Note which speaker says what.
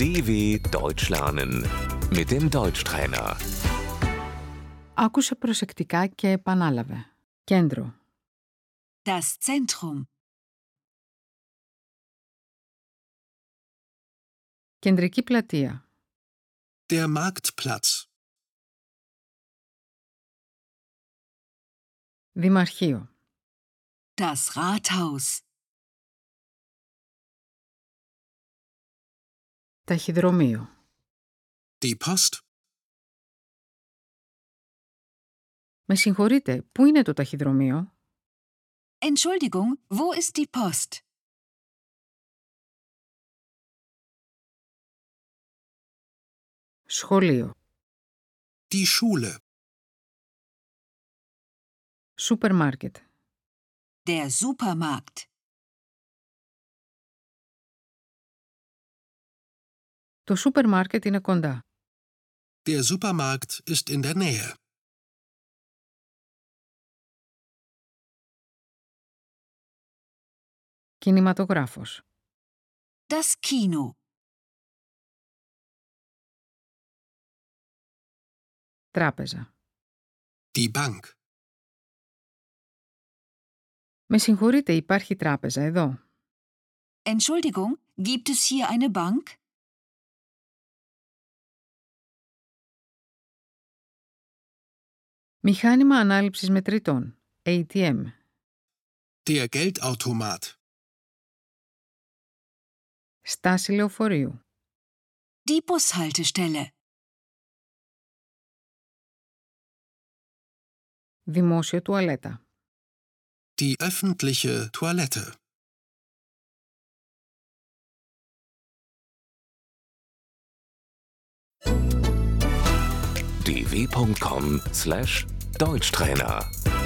Speaker 1: DW Deutsch lernen mit dem Deutschtrainer.
Speaker 2: Άκουσε προσεκτικά και επανάλαβε. Κέντρο.
Speaker 3: Das Zentrum.
Speaker 2: Κεντρική πλατεία.
Speaker 4: Der Marktplatz.
Speaker 2: Δημαρχείο.
Speaker 3: Das Rathaus.
Speaker 2: Ταχυδρομείο.
Speaker 4: Die Post.
Speaker 2: Με συγχωρείτε, πού είναι το ταχυδρομείο?
Speaker 3: Entschuldigung, wo ist die Post?
Speaker 2: Σχολείο.
Speaker 4: Die Schule.
Speaker 2: Σούπερ μάρκετ.
Speaker 3: Der Supermarkt.
Speaker 2: Το σούπερ μάρκετ είναι κοντά.
Speaker 4: Der Supermarkt ist in der Nähe.
Speaker 2: Κινηματογράφος.
Speaker 3: Das Kino.
Speaker 2: Τράπεζα.
Speaker 4: Die Bank.
Speaker 2: Με συγχωρείτε, υπάρχει τράπεζα εδώ.
Speaker 3: Entschuldigung, gibt es hier eine Bank?
Speaker 2: Μηχάνημα ανάληψης μετρητών. ATM.
Speaker 4: Der Geldautomat.
Speaker 2: Στάση λεωφορείου.
Speaker 3: Die Bushaltestelle.
Speaker 2: Δημόσιο τουαλέτα.
Speaker 4: Die öffentliche Toilette.
Speaker 1: dw.com/deutschtrainer